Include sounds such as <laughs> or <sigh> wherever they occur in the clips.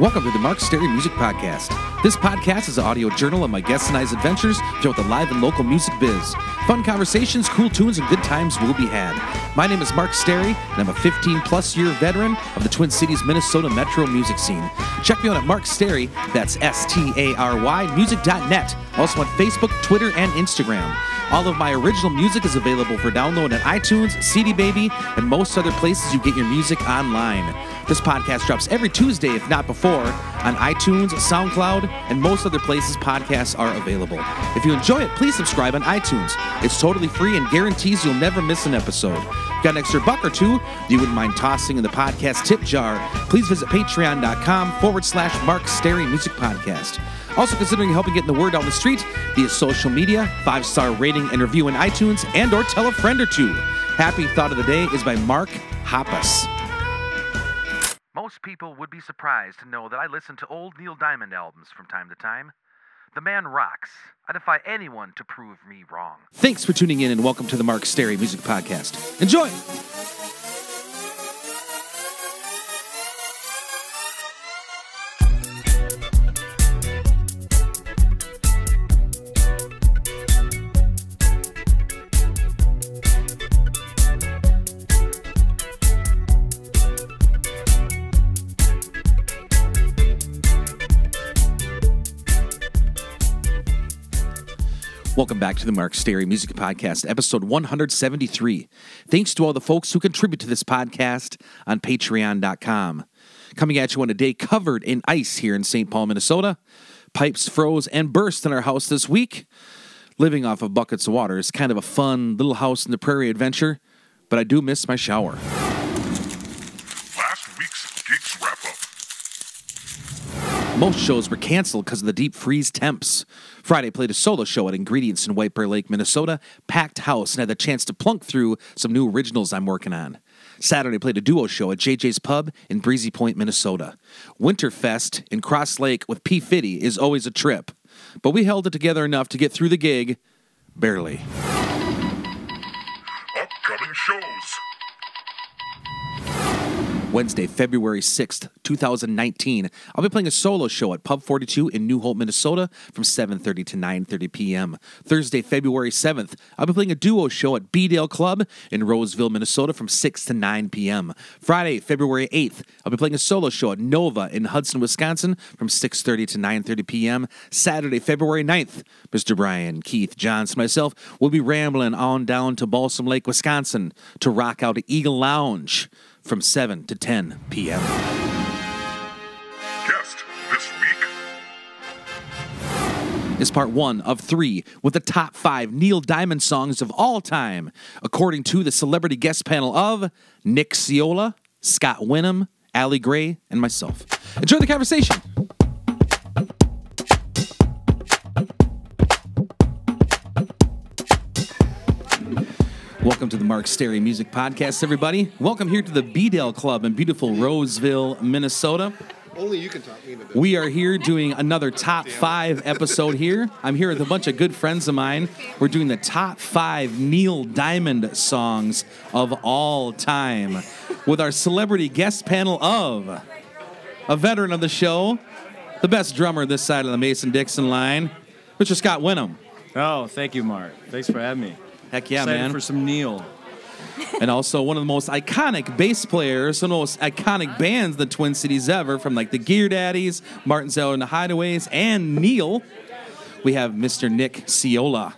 Welcome to the Mark Sterry Music Podcast. This podcast is an audio journal of my guests and I's adventures throughout the live and local music biz. Fun conversations, cool tunes, and good times will be had. My name is Mark Sterry, and I'm a 15 plus year veteran of the Twin Cities, Minnesota metro music scene. Check me out at Mark Sterry, that's S T A R Y, music.net. Also on Facebook, Twitter, and Instagram. All of my original music is available for download at iTunes, CD Baby, and most other places you get your music online. This podcast drops every Tuesday, if not before, on iTunes, SoundCloud, and most other places podcasts are available. If you enjoy it, please subscribe on iTunes. It's totally free and guarantees you'll never miss an episode. Got an extra buck or two you wouldn't mind tossing in the podcast tip jar? Please visit patreon.com forward slash Mark Sterry Music Podcast. Also considering helping getting the word out in the street via social media, five-star rating and review in iTunes, and or tell a friend or two. Happy Thought of the Day is by Mark Hoppus. Most people would be surprised to know that I listen to old Neil Diamond albums from time to time. The man rocks. I defy anyone to prove me wrong. Thanks for tuning in and welcome to the Mark Sterry Music Podcast. Enjoy! Welcome back to the Mark Sterry Music Podcast, episode 173. Thanks to all the folks who contribute to this podcast on patreon.com. Coming at you on a day covered in ice here in St. Paul, Minnesota. Pipes froze and burst in our house this week. Living off of buckets of water is kind of a fun little house in the prairie adventure, but I do miss my shower. Last week's Geeks Wrap Up. Most shows were canceled because of the deep freeze temps. Friday played a solo show at Ingredients in White Bear Lake, Minnesota, packed house, and had the chance to plunk through some new originals I'm working on. Saturday played a duo show at JJ's Pub in Breezy Point, Minnesota. Winterfest in Cross Lake with P. Fitty is always a trip, but we held it together enough to get through the gig, barely. Upcoming shows. Wednesday, February 6th, 2019. I'll be playing a solo show at Pub 42 in New Hope, Minnesota from 7:30 to 9:30 p.m. Thursday, February 7th, I'll be playing a duo show at Beedale Club in Roseville, Minnesota from 6 to 9 p.m. Friday, February 8th, I'll be playing a solo show at Nova in Hudson, Wisconsin from 6:30 to 9:30 p.m. Saturday, February 9th, Mr. Brian, Keith, Johnson, myself will be rambling on down to Balsam Lake, Wisconsin to rock out at Eagle Lounge from 7 to 10 p.m. Guest this week. is part one of three with the top five Neil Diamond songs of all time, according to the celebrity guest panel of Nick Ciola, Scott Winham, Allie Gray, and myself. Enjoy the conversation. Welcome to the Mark Sterry Music Podcast, everybody. Welcome here to the Beedale Club in beautiful Roseville, Minnesota. Only you can talk me into this. We are here doing another top five episode here. I'm here with a bunch of good friends of mine. We're doing the top five Neil Diamond songs of all time with our celebrity guest panel of a veteran of the show, the best drummer this side of the Mason Dixon line, Mr. Scott Winham. Oh, thank you, Mark. Thanks for having me. Heck yeah, Excited man. for some Neil. and also one of the most iconic bass players, one of the most iconic bands the Twin Cities ever, from like the Gear Daddies, Martin Zeller and the Hideaways, and Neil. We have Mr. Nick Ciola.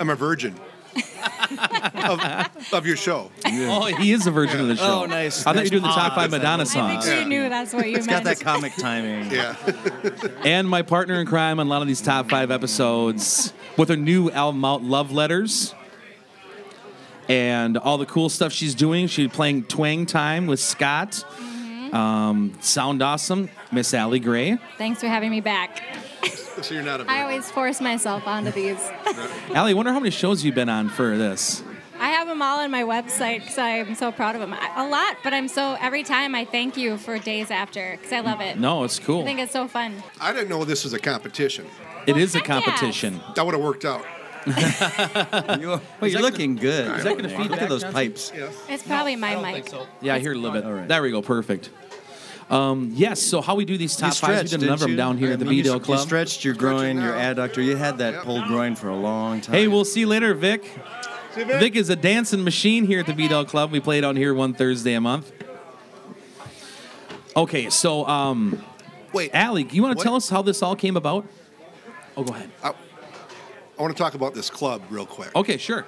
I'm a virgin of, of your show. Oh, he is a virgin of the show. Oh, nice. I thought you were There's doing the top odds five and Madonna odds. I think songs. she knew that's what you It's got meant. that comic <laughs> timing. Yeah. And my partner in crime on a lot of these top five episodes with her new album out, Love Letters. And all the cool stuff she's doing. She's playing Twang Time with Scott. Um, sound awesome. Miss Allie Gray. Thanks for having me back. So you're not a virgin. I always force myself onto these. Allie, I wonder how many shows you've been on for this. I have them all on my website because I'm so proud of them. I, a lot, but I'm so every time I thank you for days after because I love it. No, it's cool. I think it's so fun. I didn't know this was a competition. It is a Heck yes. competition. That would have worked out. You, wait, you're looking good. Is that gonna feed Look back, at those Johnson? pipes. Yes. It's probably my mic. Yeah, I hear a little bit. All right. There we go. Perfect. Um, yes. So how we do these top fives? We did another them down here I at the mean, you Beadle s- You Club. stretched your Stretch it groin, your now. adductor. You had that Yep. pulled groin for a long time. Hey, we'll see you later, Vic. See, Vic? Vic is a dancing machine here at the Beadle Club. We play it on here one Thursday a month. Okay, so um, Wait, I, Allie, you want to What? tell us how this all came about? Oh, go ahead. want to talk about this club real quick. Okay, <laughs> sure.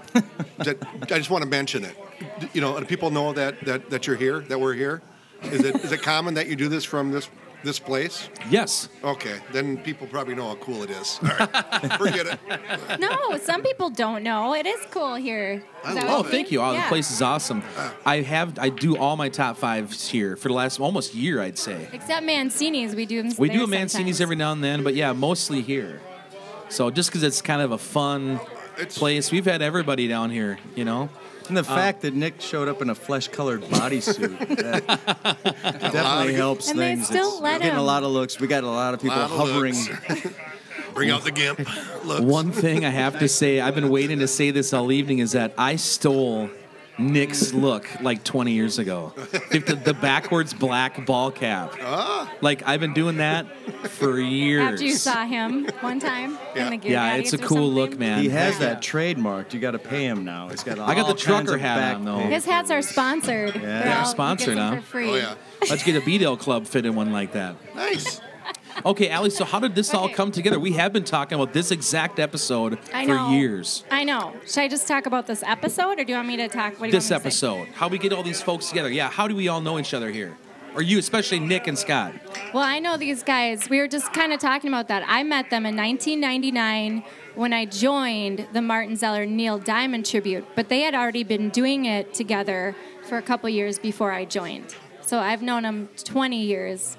That- I just want to mention it. D- You know, do people know that, that, that you're here, that we're here? Is it, is it common that you do this from this, this place? yes. Okay, then people probably know how cool it is. All right, forget it. <laughs> No, some people don't know. It is cool here. Is I that what Oh, love you it. thank mean? you. Oh, the Yeah. place is awesome. I have I do all my top fives here for the last almost year, I'd say. Except Mancini's, we do them. We do there a Mancini's sometimes. every now and then, but yeah, mostly here. So just because it's kind of a fun It's- place, we've had everybody down here, you know. and uh, the fact that Nick showed up in a <laughs> flesh-colored bodysuit that definitely helps And they things. still It's- let we're getting him. a lot of looks. We got a lot of people Lot of hovering. looks. <laughs> Bring out the <laughs> gimp. Looks. One thing I have to say, I've been waiting to say this all evening, is that I stole Nick's look like 20 years ago. If the, the backwards black ball cap. Like I've been doing that for years. After you saw him one <laughs> time Yeah. in the Gary yeah, it's a Gaudius or cool look, something. man. He has Heck yeah. that trademarked. You got to pay him now. He's got. I got the all kinds trucker of hat back on, though. pay. His hats are sponsored. They're They're all, sponsored, he gets them huh? For free. Oh yeah, Let's get a BDL club fit in one like that. nice. Okay, Allie, so how did this all Okay. come together? We have been talking about this exact episode I for know. years. I know. Should I just talk about this episode, or do you want me to talk? What do you This want me to say? episode, how we get all these folks together. Yeah, how do we all know each other here? Or you, especially Nick and Scott. Well, I know these guys. We were just kind of talking about that. I met them in 1999 when I joined the Martin Zeller Neil Diamond tribute, but they had already been doing it together for a couple years before I joined. So I've known them 20 years,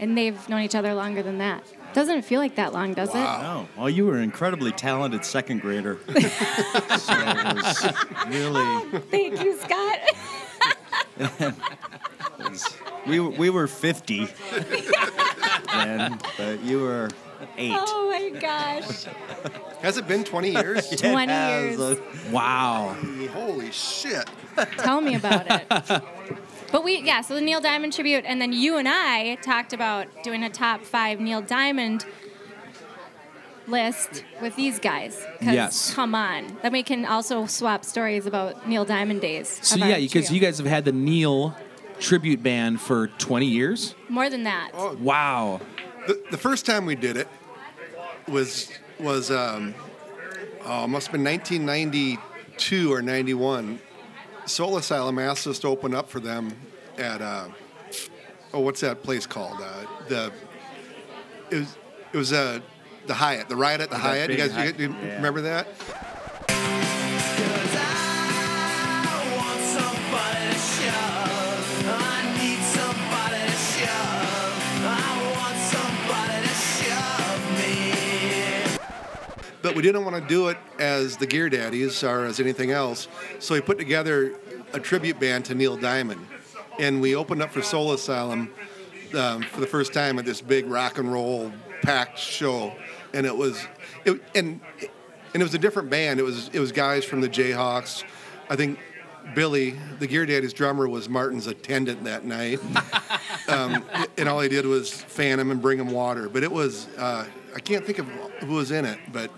and they've known each other longer than that. Doesn't feel like that long, does it? Oh, well, you were an incredibly talented second grader. so it was really, Thank you, Scott. <laughs> we, were- we were 50, and, but you were eight. oh my gosh. Has it been 20 years? <laughs> 20 Yeah, years. so- Wow. Holy shit. Tell me about <laughs> it. But we, yeah, so the Neil Diamond tribute, and then you and I talked about doing a top five Neil Diamond list with these guys. 'cause Yes. Come on. Then we can also swap stories about Neil Diamond days. So of our yeah, because trio. you guys have had the Neil tribute band for 20 years. More than that. Oh. Wow. The, the first time we did it was was um, oh, must have been 1992 or 91. Soul Asylum asked us to open up for them at uh, oh, what's that place called? Uh, the it was it was uh, the Hyatt, the Riot at the Hyatt. You big guys, you, Hyatt, you yeah. remember that? but we didn't want to do it as the Gear Daddies or as anything else. So we put together a tribute band to Neil Diamond, and we opened up for Soul Asylum um, for the first time at this big rock and roll packed show, and it was, it, and and it was a different band. It was it was guys from the Jayhawks. I think Billy, the Gear Daddies drummer, was Martin's attendant that night Um, and all he did was fan him and bring him water. But it was uh, I can't think of who was in it, but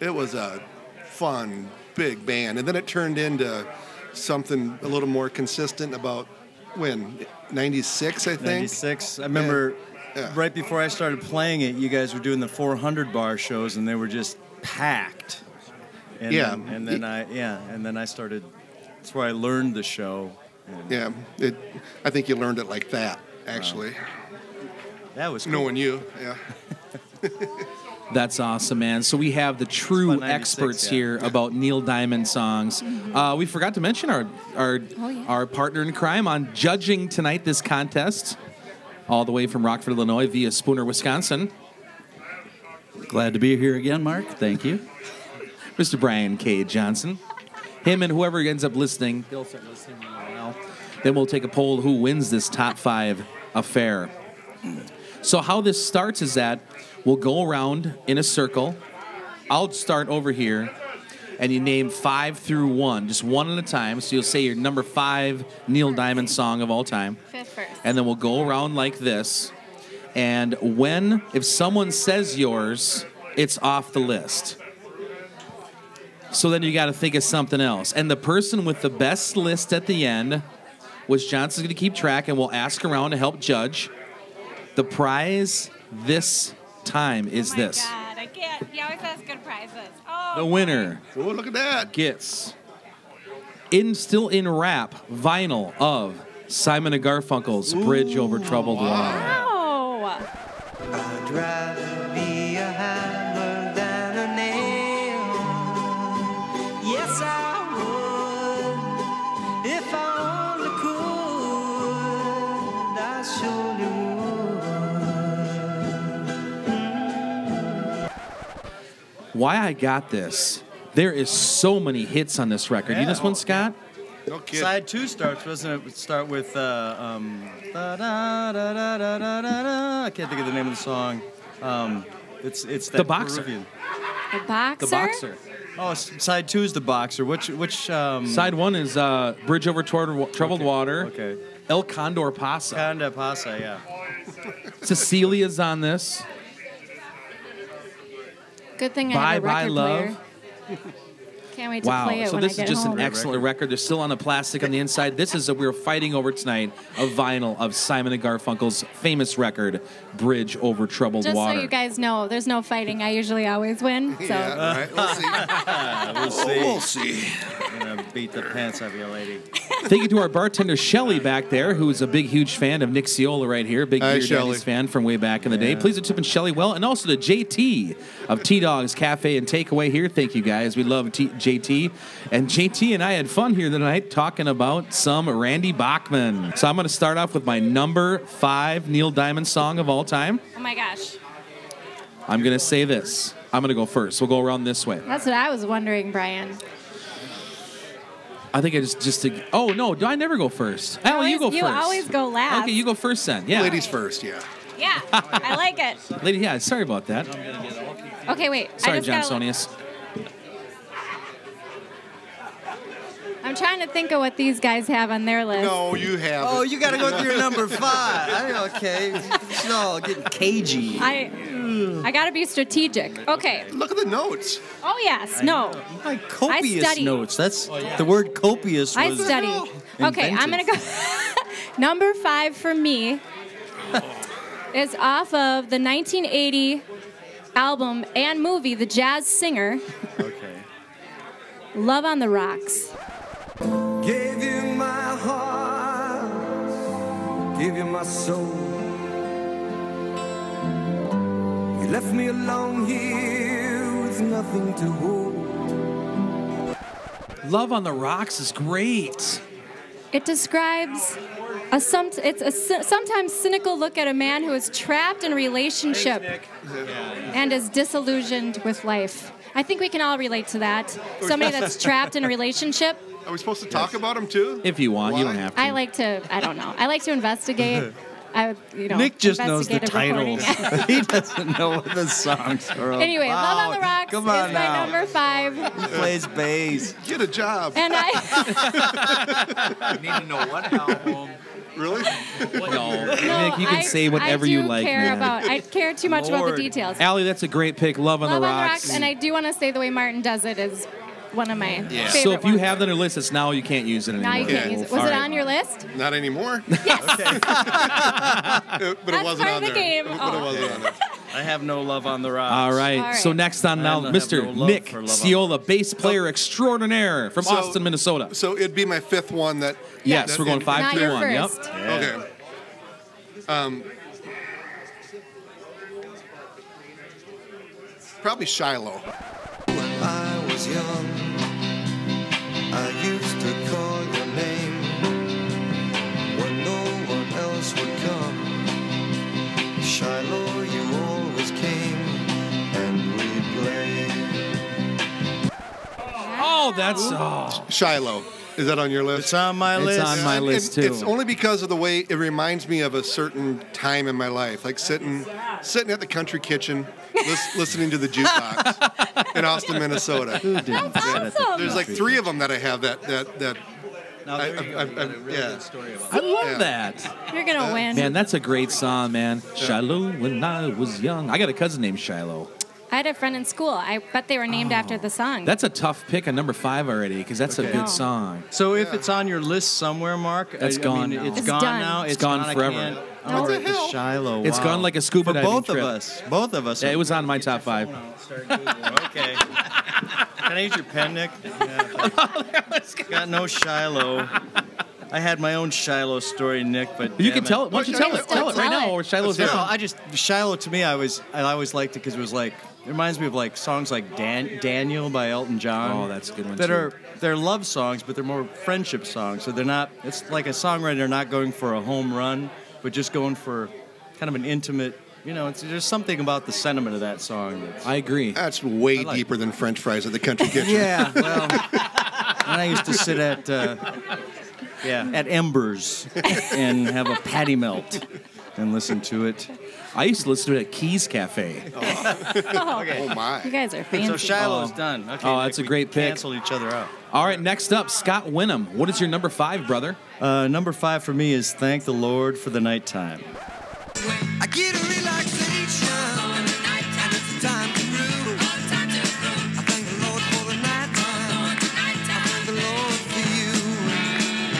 it was a fun big band. And then it turned into something a little more consistent about when '96, I think. 96. I remember Yeah. right before I started playing it, you guys were doing the 400 bar shows, and they were just packed. And Yeah. Then, and then I yeah, and then I started. That's where I learned the show. And Yeah, it, I think you learned it like that. Actually, That was cool. knowing you, yeah, That's awesome, man. So we have the true about 96, experts yeah. here about Neil Diamond songs. Uh, we forgot to mention our our Mm-hmm. Oh, yeah. our partner in crime on judging tonight this contest, all the way from Rockford, Illinois, via Spooner, Wisconsin. Glad to be here again, Mark. Thank you. Mr. Brian K. Johnson. Him and whoever ends up listening, they'll start listening in a while. Then we'll take a poll who wins this top five affair. So how this starts is that we'll go around in a circle. I'll start over here. and you name five through one, just one at a time. So you'll say your number five Neil Diamond song of all time. Fifth first. And then we'll go around like this. And when, if someone says yours, it's off the list. So then you got to think of something else. And the person with the best list at the end, which Johnson's going to keep track and we'll ask around to help judge. The prize this time is this Oh God, I can't. He always has good prizes. Oh. the winner <laughs> Oh, look at that. gets in still in wrap vinyl of Simon and Garfunkel's Bridge Over Troubled Water. Wow. I'd rather be a hammer than a nail. Yes, I would. If I only could, I surely would. Why I got this? There is so many hits on this record. You know this one, Scott? No kid. Side two starts, wasn't it? Start with uh, um, da da da da da da da da. I can't think of the name of the song. Um, it's it's that The Boxer. Peruvian- The boxer. The Boxer. Oh, s- side two is the boxer. Which which um, Side one is uh, Bridge Over Tor- Troubled Okay, Water. okay. El Condor Pasa. Conda Pasa, yeah. Cecilia's on this. Good thing I Bye have a Bye record Love. player. Can't wait to Wow. play it So when this I is get just home. an excellent record. They're still on the plastic on the inside. This is a we were fighting over tonight a vinyl of Simon and Garfunkel's famous record, Bridge Over Troubled Just Water. so you guys know, there's no fighting. I usually always win. <laughs> So Yeah, all right. We'll see. We'll see. We'll see. I'm gonna beat the pants off you, lady. Thank you to our bartender Shelly back there, who is a big, huge fan of Nick Ciola right here, big Hi, Gear Shelley. Daddies fan from way back in the day. Please tip and Shelly well, and also to JT of T Dogs Cafe and Takeaway here. Thank you guys, we love T- JT, and JT and I had fun here tonight talking about some Randy Bachman. So I'm going to start off with my number five Neil Diamond song of all time. oh my gosh, I'm going to say this. I'm going to go first. We'll go around this way. that's what I was wondering, Brian. I think I just just to, oh no, do I never go first? Al, Oh, you go always- you first. always go last. Okay, you go first then. Yeah. <laughs> Ladies first, yeah. Yeah, I like it. Lady, yeah, sorry about that. Okay, wait. I Sorry, just gotta look- Johnsonius. I'm trying to think of what these guys have on their list. No, you have. Oh, you gotta go through your number five. I, okay, it's all getting cagey. I I gotta be strategic. Okay. Look at the notes. Oh yes. No. My copious study. notes. That's the word copious. I was study. Okay, I'm gonna go. <laughs> Number five for me is off of the 1980 album and movie The Jazz Singer, Okay. Love on the Rocks. Gave you my heart, gave you my soul. You left me alone here with nothing to hold. Love on the Rocks is great. It describes a some it's a si- sometimes cynical look at a man who is trapped in a relationship and is disillusioned with life. I think we can all relate to that. Somebody that's trapped in a relationship. Are we supposed to talk about them too? If you want, you don't have to. I like to I don't know. I like to investigate. I would, you know, Nick just knows the investigative reporting. titles. <laughs> <laughs> he doesn't know what the songs are all <laughs> anyway, about. Love on the Rocks Come on is my now. number five. He plays bass. Get a job. And I need to know what album. Really? <laughs> no, no, Nick, you can <laughs> I- say whatever I do you like. care man. about I care too much about Lord. the details. Allie, that's a great pick. Love on, Love the, on the rocks. Rocks, and I do want to say the way Martin does it is one of my favorite so if you ones. have that on your list, it's now you can't use it anymore. now you can't Okay. use it. All Was it right. on your list? Not anymore. Uh, but it That's wasn't part of on the there. game. But Oh. it wasn't on there. I have no love on the rocks. All right. All right. So next on I now, have Mr. no love Nick for Love on Ciola, bass player extraordinaire from So- Austin, Minnesota. So it'd be my fifth one that. Yes, that- we're going five Not through your one. first. Yep. Okay. Um, probably Shiloh. When I was young, I used to call your name when no one else would come. Shiloh, you always came and we played. Oh, that's oh, Shiloh. Is that on your list? It's on my It's list. on my And- list, and too. It's only because of the way it reminds me of a certain time in my life, like sitting sitting at the country kitchen, lis- <laughs> listening to the jukebox in Austin, Minnesota. Who didn't That's sit at the awesome. There's like country? three of them that I have that that that. Oh, Now, there I- you I- go. You I- got a really yeah. good story about I love Yeah. that. You're gonna win. Man, that's a great song, man. Shiloh when I was young. I got a cousin named Shiloh. I had a friend in school. I bet they were named after the song. Oh. That's a tough pick on number five already because that's a Okay. No. good song. So if it's on your list somewhere, Mark, That's I, gone I mean, now. It's It's gone done. now. It's, gone I forever. can't- No. What Oh, the it's hell? Shiloh. It's wow. gone like a scuba For diving both trip. of us. Both of us. Yeah, it was on my Get your top five. phone out, <laughs> start Googling. okay. Can I use your pen, Nick? Yeah. Got no Shiloh. I had my own Shiloh story, Nick, but You damn can it. tell it. Why don't you You tell can it? still Tell it right tell now it. or Shiloh's No, not. I just Shiloh to me, I was I always liked it because it was like it reminds me of like songs like Dan, Daniel by Elton John. Oh, that's a good one, That too. are they're love songs, but they're more friendship songs. So they're not. It's like a songwriter not going for a home run, but just going for kind of an intimate. You know, it's, there's something about the sentiment of that song. That's, I agree. That's way I like- deeper than French fries at the country kitchen. yeah. Well, and I used to sit at. Uh, yeah, at Embers and have a patty melt and listen to it. I used to listen to it at Keys Cafe. oh, Oh you my. guys are fancy. So Shiloh's Oh. done. Okay, Oh, Nick, that's a we great pick. Canceled each other out. All right, next up, Scott Winham. What is your number five, brother? Uh, number five for me is thank the Lord for the nighttime. I get a relaxation. And it's time to brew. I thank the Lord for the night time. I thank the Lord for you.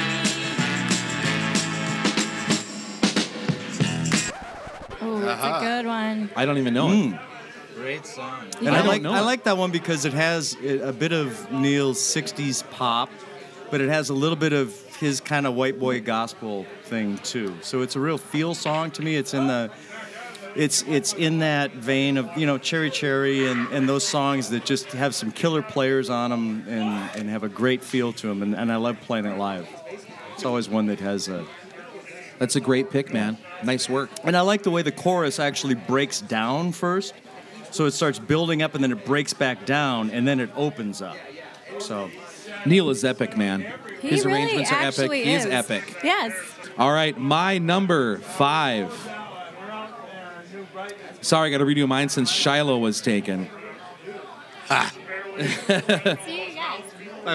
Oh, that's Uh-huh. a good one. I don't even know it. Great song. You And I, gotta- don't like know I it. like that one because it has a a bit of Neil's '60s pop, but it has a little bit of his kind of white boy gospel thing too. So it's a real feel song to me. It's in the it's it's in that vein of you know Cherry Cherry and, and those songs that just have some killer players on them and, and have a great feel to them. And, and I love playing it live. It's always one that has a That's a great pick, man. Nice work. And I like the way the chorus actually breaks down first. So it starts building up and then it breaks back down and then it opens up. So Neil is epic, man. he His really arrangements are epic. actually He is is epic. Yes. All right, my number five. Sorry, I got to redo mine since Shiloh was taken. I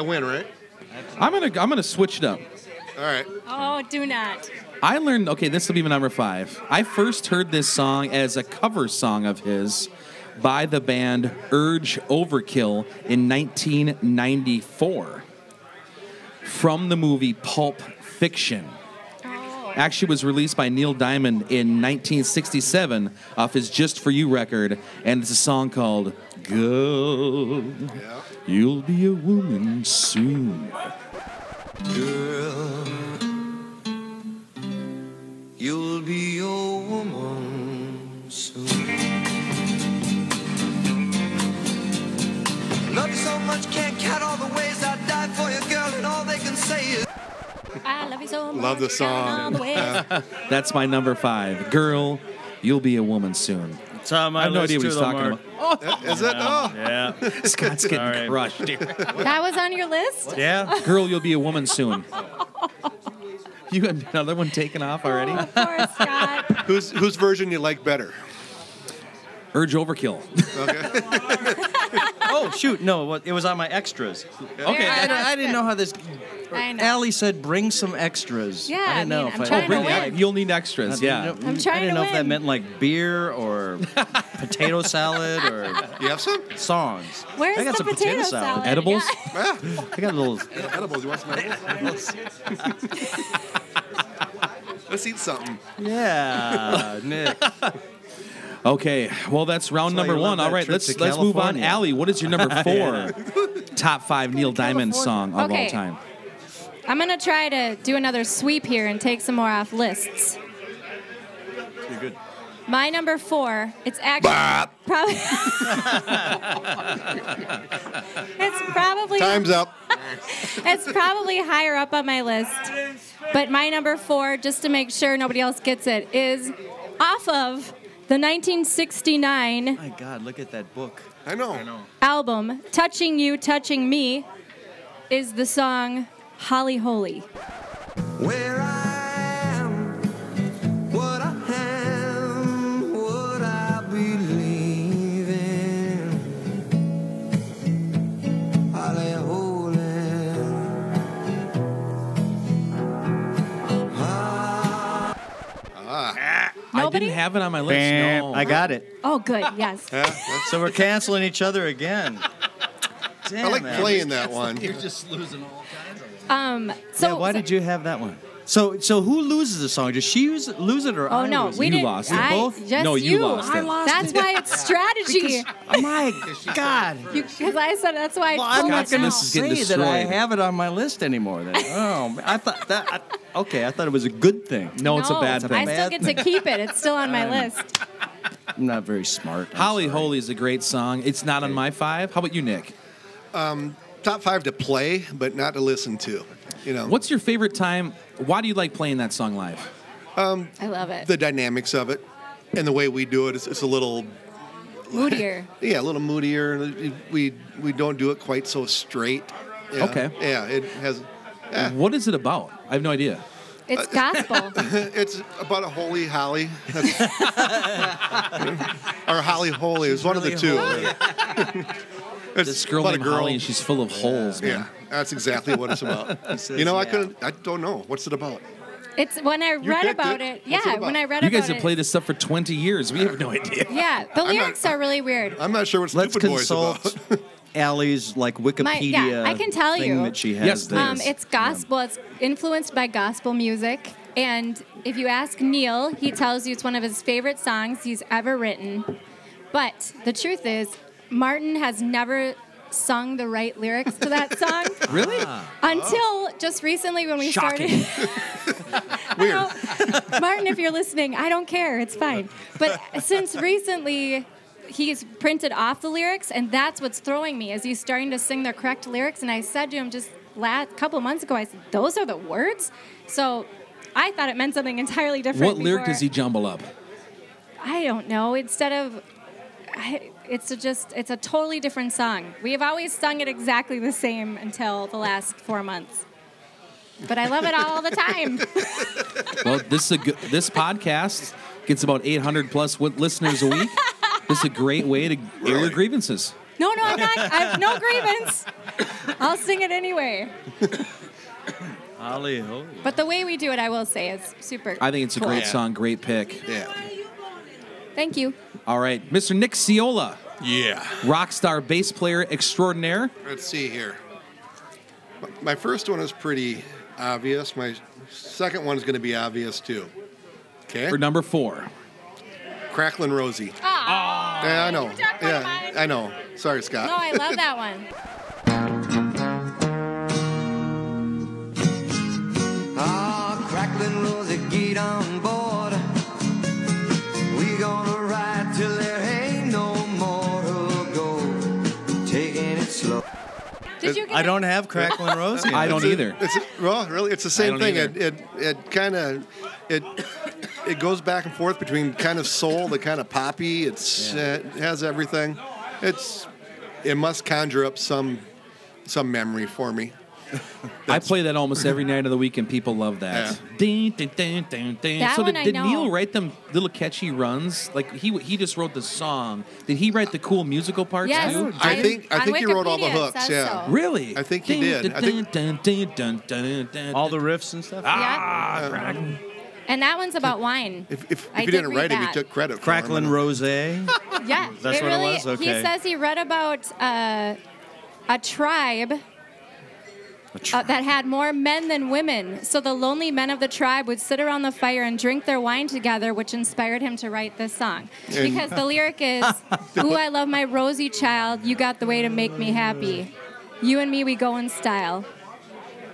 win, right? I'm gonna I'm gonna switch it up. All right. Oh, do not. I learned okay, this will be my number five. I first heard this song as a cover song of his by the band Urge Overkill in 1994 from the movie Pulp Fiction. Oh. Actually, was released by Neil Diamond in 1967 off his Just for You record, and it's a song called "Girl, Yeah. You'll Be a Woman Soon." Girl, you'll be a woman soon. Love you so much, can't count all the ways I die for you, girl, and all they can say is. I love you so much. Love the down all song. the way. That's my number five. Girl, you'll be a woman soon. it's on my I have no list idea what too, he's though, talking Mark. about. Is it? Oh. Yeah. Scott's getting Sorry. crushed. Dude. that was on your list? Yeah. Girl, you'll be a woman soon. <laughs> You got another one taken off already? Oh, poor <laughs> Scott. Whose whose version you like better? Urge <laughs> overkill. <laughs> oh shoot, no, what- it was on my extras. Okay. I, don't- I didn't know how this I know. Allie said bring some extras. Yeah, I I didn't know mean, if I'm I, trying to bring win. the- You'll need extras, yeah. I trying didn't to know if that win. meant like beer <laughs> or potato salad or You have some? songs. Where's I got the some potato salad? Edibles? I got a little Edibles. You want some edibles? Let's eat something. <laughs> Yeah, Nick. Okay, well, that's round That's number why you love one. All that right, trip let's, to let's move on. California. Allie, what is your number <laughs> four top five Neil Diamond song of all Okay. time? I'm going to try to do another sweep here and take some more off lists. You're good. My number four, it's actually probably. <laughs> it's probably Time's up. it's probably higher up on my list. But my number four, just to make sure nobody else gets it, is off of the 1969 My God, look at that book. I know. album "Touching You, Touching Me." Is the song Holly Holy. Where I am, what I am, what I believe in. Holly holy. I Nobody? didn't have it on my list. no. I got it. oh, good. Yes. Yeah, that's- So we're canceling each other again. <laughs> Damn, I like Adam. playing that one. just losing all kinds of Um, so Yeah, why did you have that one? So, so who loses the song? Does she use, lose it or Oh I no, lose we it? didn't. lost it. I, Both? Just No, you lost I it. lost That's it. why it's <laughs> strategy. My God. Because I said that's why. I Well, I'm pulled not it going to out. Scott's getting say that I destroyed. have it on my list anymore. <laughs> Then. Oh, I thought that. I, okay, I thought it was a good thing. no, it's a No, bad thing. Um, I still Bad get <laughs> to keep it. It's still on my list. I'm not very smart. I'm Holly sorry. Holy is a great song. It's not on my five. How about you, Nick? Top five to play, but not to listen to. You know, What's your favorite time? Why do you like playing that song live? I love it. the dynamics of it and the way we do it. It's, it's a little, Moodier. yeah, a little moodier. and We we don't do it quite so straight. Yeah, Okay. Yeah, it has. What is it about? I have no idea. It's gospel. <laughs> It's about a holy holly. That's- or holly holy. It was one of the two. <laughs> it's This girl about a named Holly, and she's full of holes, man. Yeah, that's exactly what it's <laughs> about. says, you know, I yeah. couldn't. I don't know. What's it about? It's when I read picked it. about it. What's it Yeah, about? when I read You about guys have it. played this stuff for 20 years. We have no <laughs> idea. yeah, the lyrics are really weird. I'm not sure what Let's Stupid Boy's consult about. <laughs> Allie's like Wikipedia. I can tell thing you. that she has. Yes, there. please. Um, it's gospel. It's influenced by gospel music. And if you ask Neil, he tells you it's one of his favorite songs he's ever written. But the truth is, Martin has never sung the right lyrics to that <laughs> song Really? until just recently when we started. <laughs> Weird. No, Martin, if you're listening, I don't care. It's fine. But since recently, he's printed off the lyrics, and that's what's throwing me. Is he's starting to sing the correct lyrics? And I said to him just a couple months ago, I said, "Those are the words." So. I thought it meant something <laughs> entirely different. What lyric before. does he jumble up? I don't know. Instead of, I, it's a just it's a totally different song. We have always sung it exactly the same until the last four months. But I love it all the time. <laughs> Well, this is a good, this podcast gets about 800 plus wi- listeners a <laughs> week. This is a great way to air your Really? grievances. No, no, I'm not. I have no grievance. I'll sing it anyway. Holly Holy. But the way we do it, I will say, is super. I think it's a cool. great song, great pick. yeah. Thank you. All right, Mr. Nick Ciola, Yeah. rock star bass player extraordinaire. Let's see here. My first one is pretty obvious. My second one's going to be obvious too. Okay. For number four, Cracklin' Rosie. yeah, I know. you talked about Yeah, mine. I know. Sorry, Scott. No, I love that one. Ah, crackling rosy, get on board. We gonna ride till there ain't no more who go. Taking it slow. Did you? Get I don't have Cracklin' <laughs> Rosie. I don't It's a- either. It's a, well, really, it's the same don't thing. It either. it, it kind of it it goes back and forth between kind of soul to kind of poppy. It's uh, it has everything. It's it must conjure up some some memory for me. I play that almost every night of the week, and people love that. Ding, ding, ding, ding, ding. That so one did, I did know. Neil write them little catchy runs? Like he he just wrote the song. Did he write the cool musical parts Yes. too? I think- I on think you wrote all the Wikipedia, it hooks, says yeah. so. Really? I think he did. I think- All the riffs and stuff. Yeah. And that one's about wine. Ah, If if, I if you did didn't read write it, you that. took credit. Cracklin' for Rosé. Yeah, That's it what it really, was? He Okay. says he read about uh, a tribe uh, that had more men than women. So the lonely men of the tribe would sit around the fire and drink their wine together, which inspired him to write this song. Because the lyric <laughs> is, "Ooh, I love my rosy child. You got the way to make me happy. You and me, we go in style.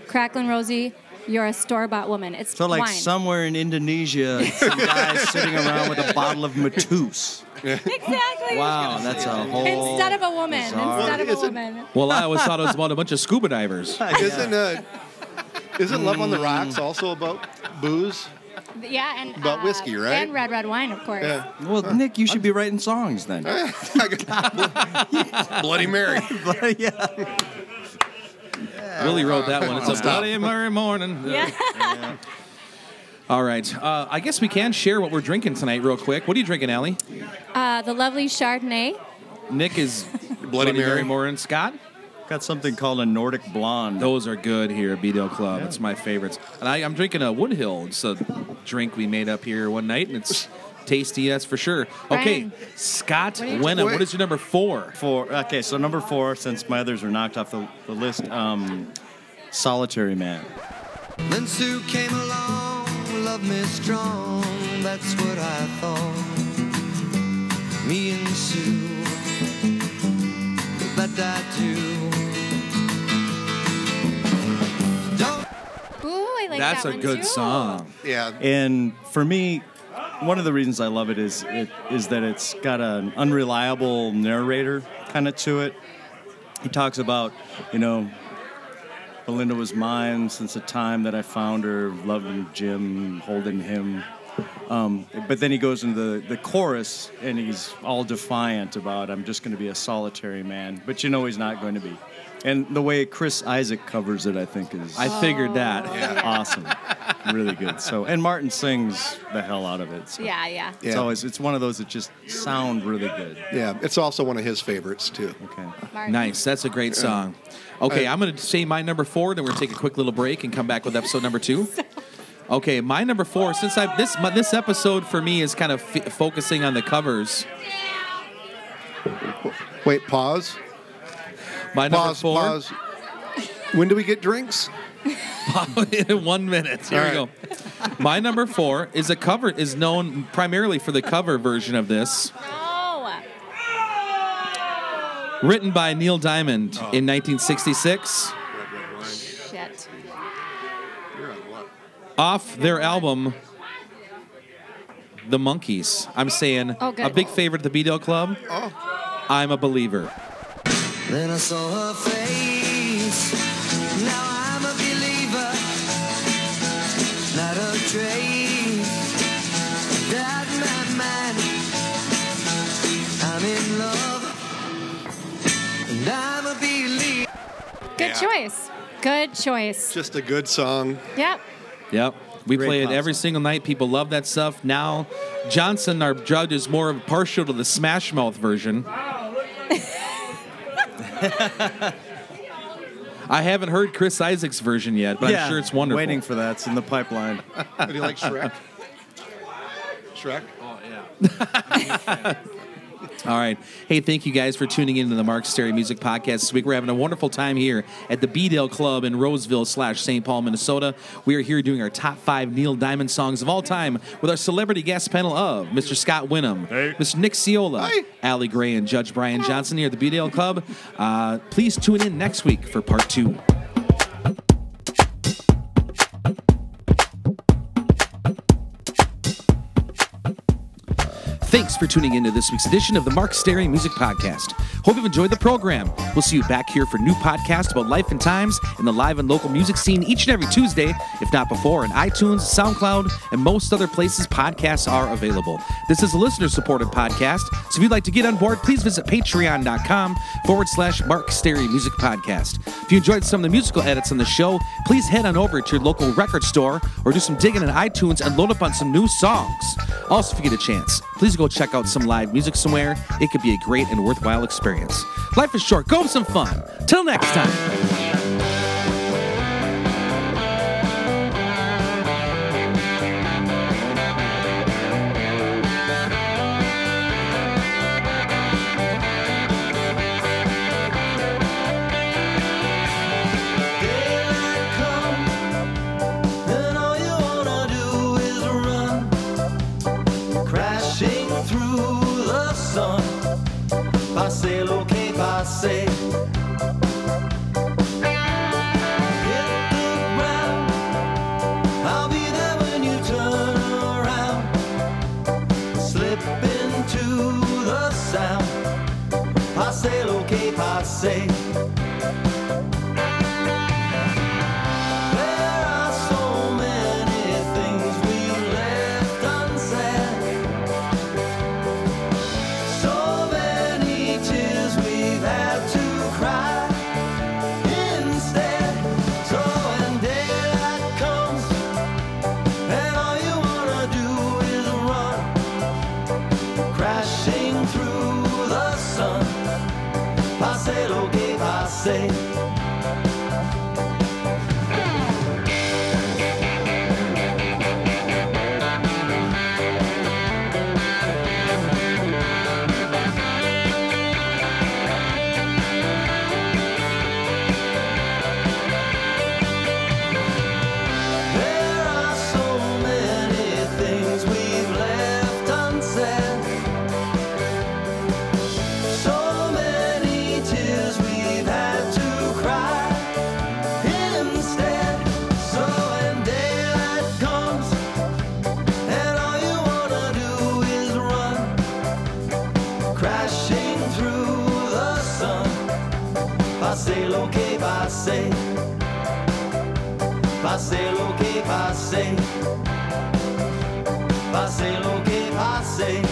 Cracklin' Rosie, you're a store-bought woman. It's So like wine. somewhere in Indonesia, some guy's sitting around with a bottle of Matus. <laughs> exactly. Wow, that's a whole. Instead of a woman, bizarre. instead of a Is it- woman. Well, I always thought it was about a bunch of scuba <laughs> divers. Cracklin'. Isn't uh, isn't Love on the Rocks Mm. also about booze? Yeah, and uh, About whiskey, right? And red red wine, of course. Yeah. Well, Nick, you should be writing songs then. <laughs> Bloody Mary. yeah. Willie wrote that one. It's a Stop. bloody Murray morning. Yeah. All right. Uh, I guess we can share what we're drinking tonight, real quick. What are you drinking, Allie? Uh, the lovely Chardonnay. Nick is Bloody Mary. Morin. Scott? Got something called a Nordic Blonde. Those are good here at BDL Club. It's my favorites. And I, I'm drinking a Woodhill. It's a drink we made up here one night, and it's tasty, that's for sure. Okay, Brian. Scott What are you Wenham, what is your number four? Four. Okay, so number four, since my others were knocked off the, the list, um, Solitary Man. Then Sue came along, loved me strong, that's what I thought. Me and Sue, but I do. Don't Ooh, I like that's that a one good too. song. <laughs> Yeah. And for me, one of the reasons I love it is it is that it's got an unreliable narrator kind of to it. He talks about, you know, Belinda was mine since the time that I found her, loving Jim, holding him. Um, but then he goes into the, the chorus and he's all defiant about, I'm just going to be a solitary man. But you know he's not going to be. And the way Chris Isaac covers it, I think, is I figured that. Oh. <laughs> awesome, really good. So, and Martin sings the hell out of it. So. Yeah, yeah. It's Yeah. always it's one of those that just sound really good. Yeah. It's also one of his favorites, too. Okay. Martin. Nice. That's a great song. Okay, I'm going to say my number four, then we're going to take a quick little break and come back with episode number two. <laughs> Okay, my number four. Since I this my, this episode for me is kind of f- focusing on the covers. Wait, pause. My number Pause, four. pause. When do we get drinks? in <laughs> one minute. Here we All go. My number four is a cover is known primarily for the cover version of this, No. written by Neil Diamond in 1966, Shit. off their album The Monkeys. I'm saying Oh, good. a big favorite at the BDL Club. I'm a believer. Then I saw her face. Now I'm a believer. Not a trace. That my mind. I'm in love. And I'm a believer. Good choice. Good choice. Just a good song. Yep. Yep. We Great play it pop every single night. People love that stuff. Now, Johnson, our judge, is more partial to the Smash Mouth <laughs> version. I haven't heard Chris Isaac's version yet, but I'm sure it's wonderful. Waiting for that. It's in the pipeline. Do you like Shrek? Shrek? All right. Hey, thank you guys for tuning in to the Mark Sterry Music Podcast this week. We're having a wonderful time here at the Beedale Club in Roseville slash St. Paul, Minnesota. We are here doing our top five Neil Diamond songs of all time with our celebrity guest panel of Mr. Scott Winham, Mr. Nick Ciola, Hey. Allie Gray, and Judge Brian Johnson here at the Beedale Club. Uh, please tune in next week for part two. Thanks for tuning in to this week's edition of the Mark Sterry Music Podcast. Hope you've enjoyed the program. We'll see you back here for new podcasts about life and times in the live and local music scene each and every Tuesday, if not before, on iTunes, SoundCloud, and most other places podcasts are available. This is a listener supported podcast, so if you'd like to get on board, please visit patreon.com forward slash Mark Sterry Music Podcast. If you enjoyed some of the musical edits on the show, please head on over to your local record store or do some digging on iTunes and load up on some new songs. Also, if you get a chance, please go check out some live music somewhere. It could be a great and worthwhile experience. Life is short. Go have some fun. Till next time. Then all you wanna do is run, crashing through the sun. Passé lo que passé. Hit the ground. I'll be there when you turn around. Slip into the sound. Passé lo que passé. There are so many things we left unsaid, so many tears we've had to cry instead. crashing through the sun. Pasé lo que pasé. There are so many things we've left unsaid. So many tears we've had to cry instead. So when daylight comes and all you wanna do is run, crashing through the sun. Passé lo que passé. Passé lo que passé. Passé lo que passé.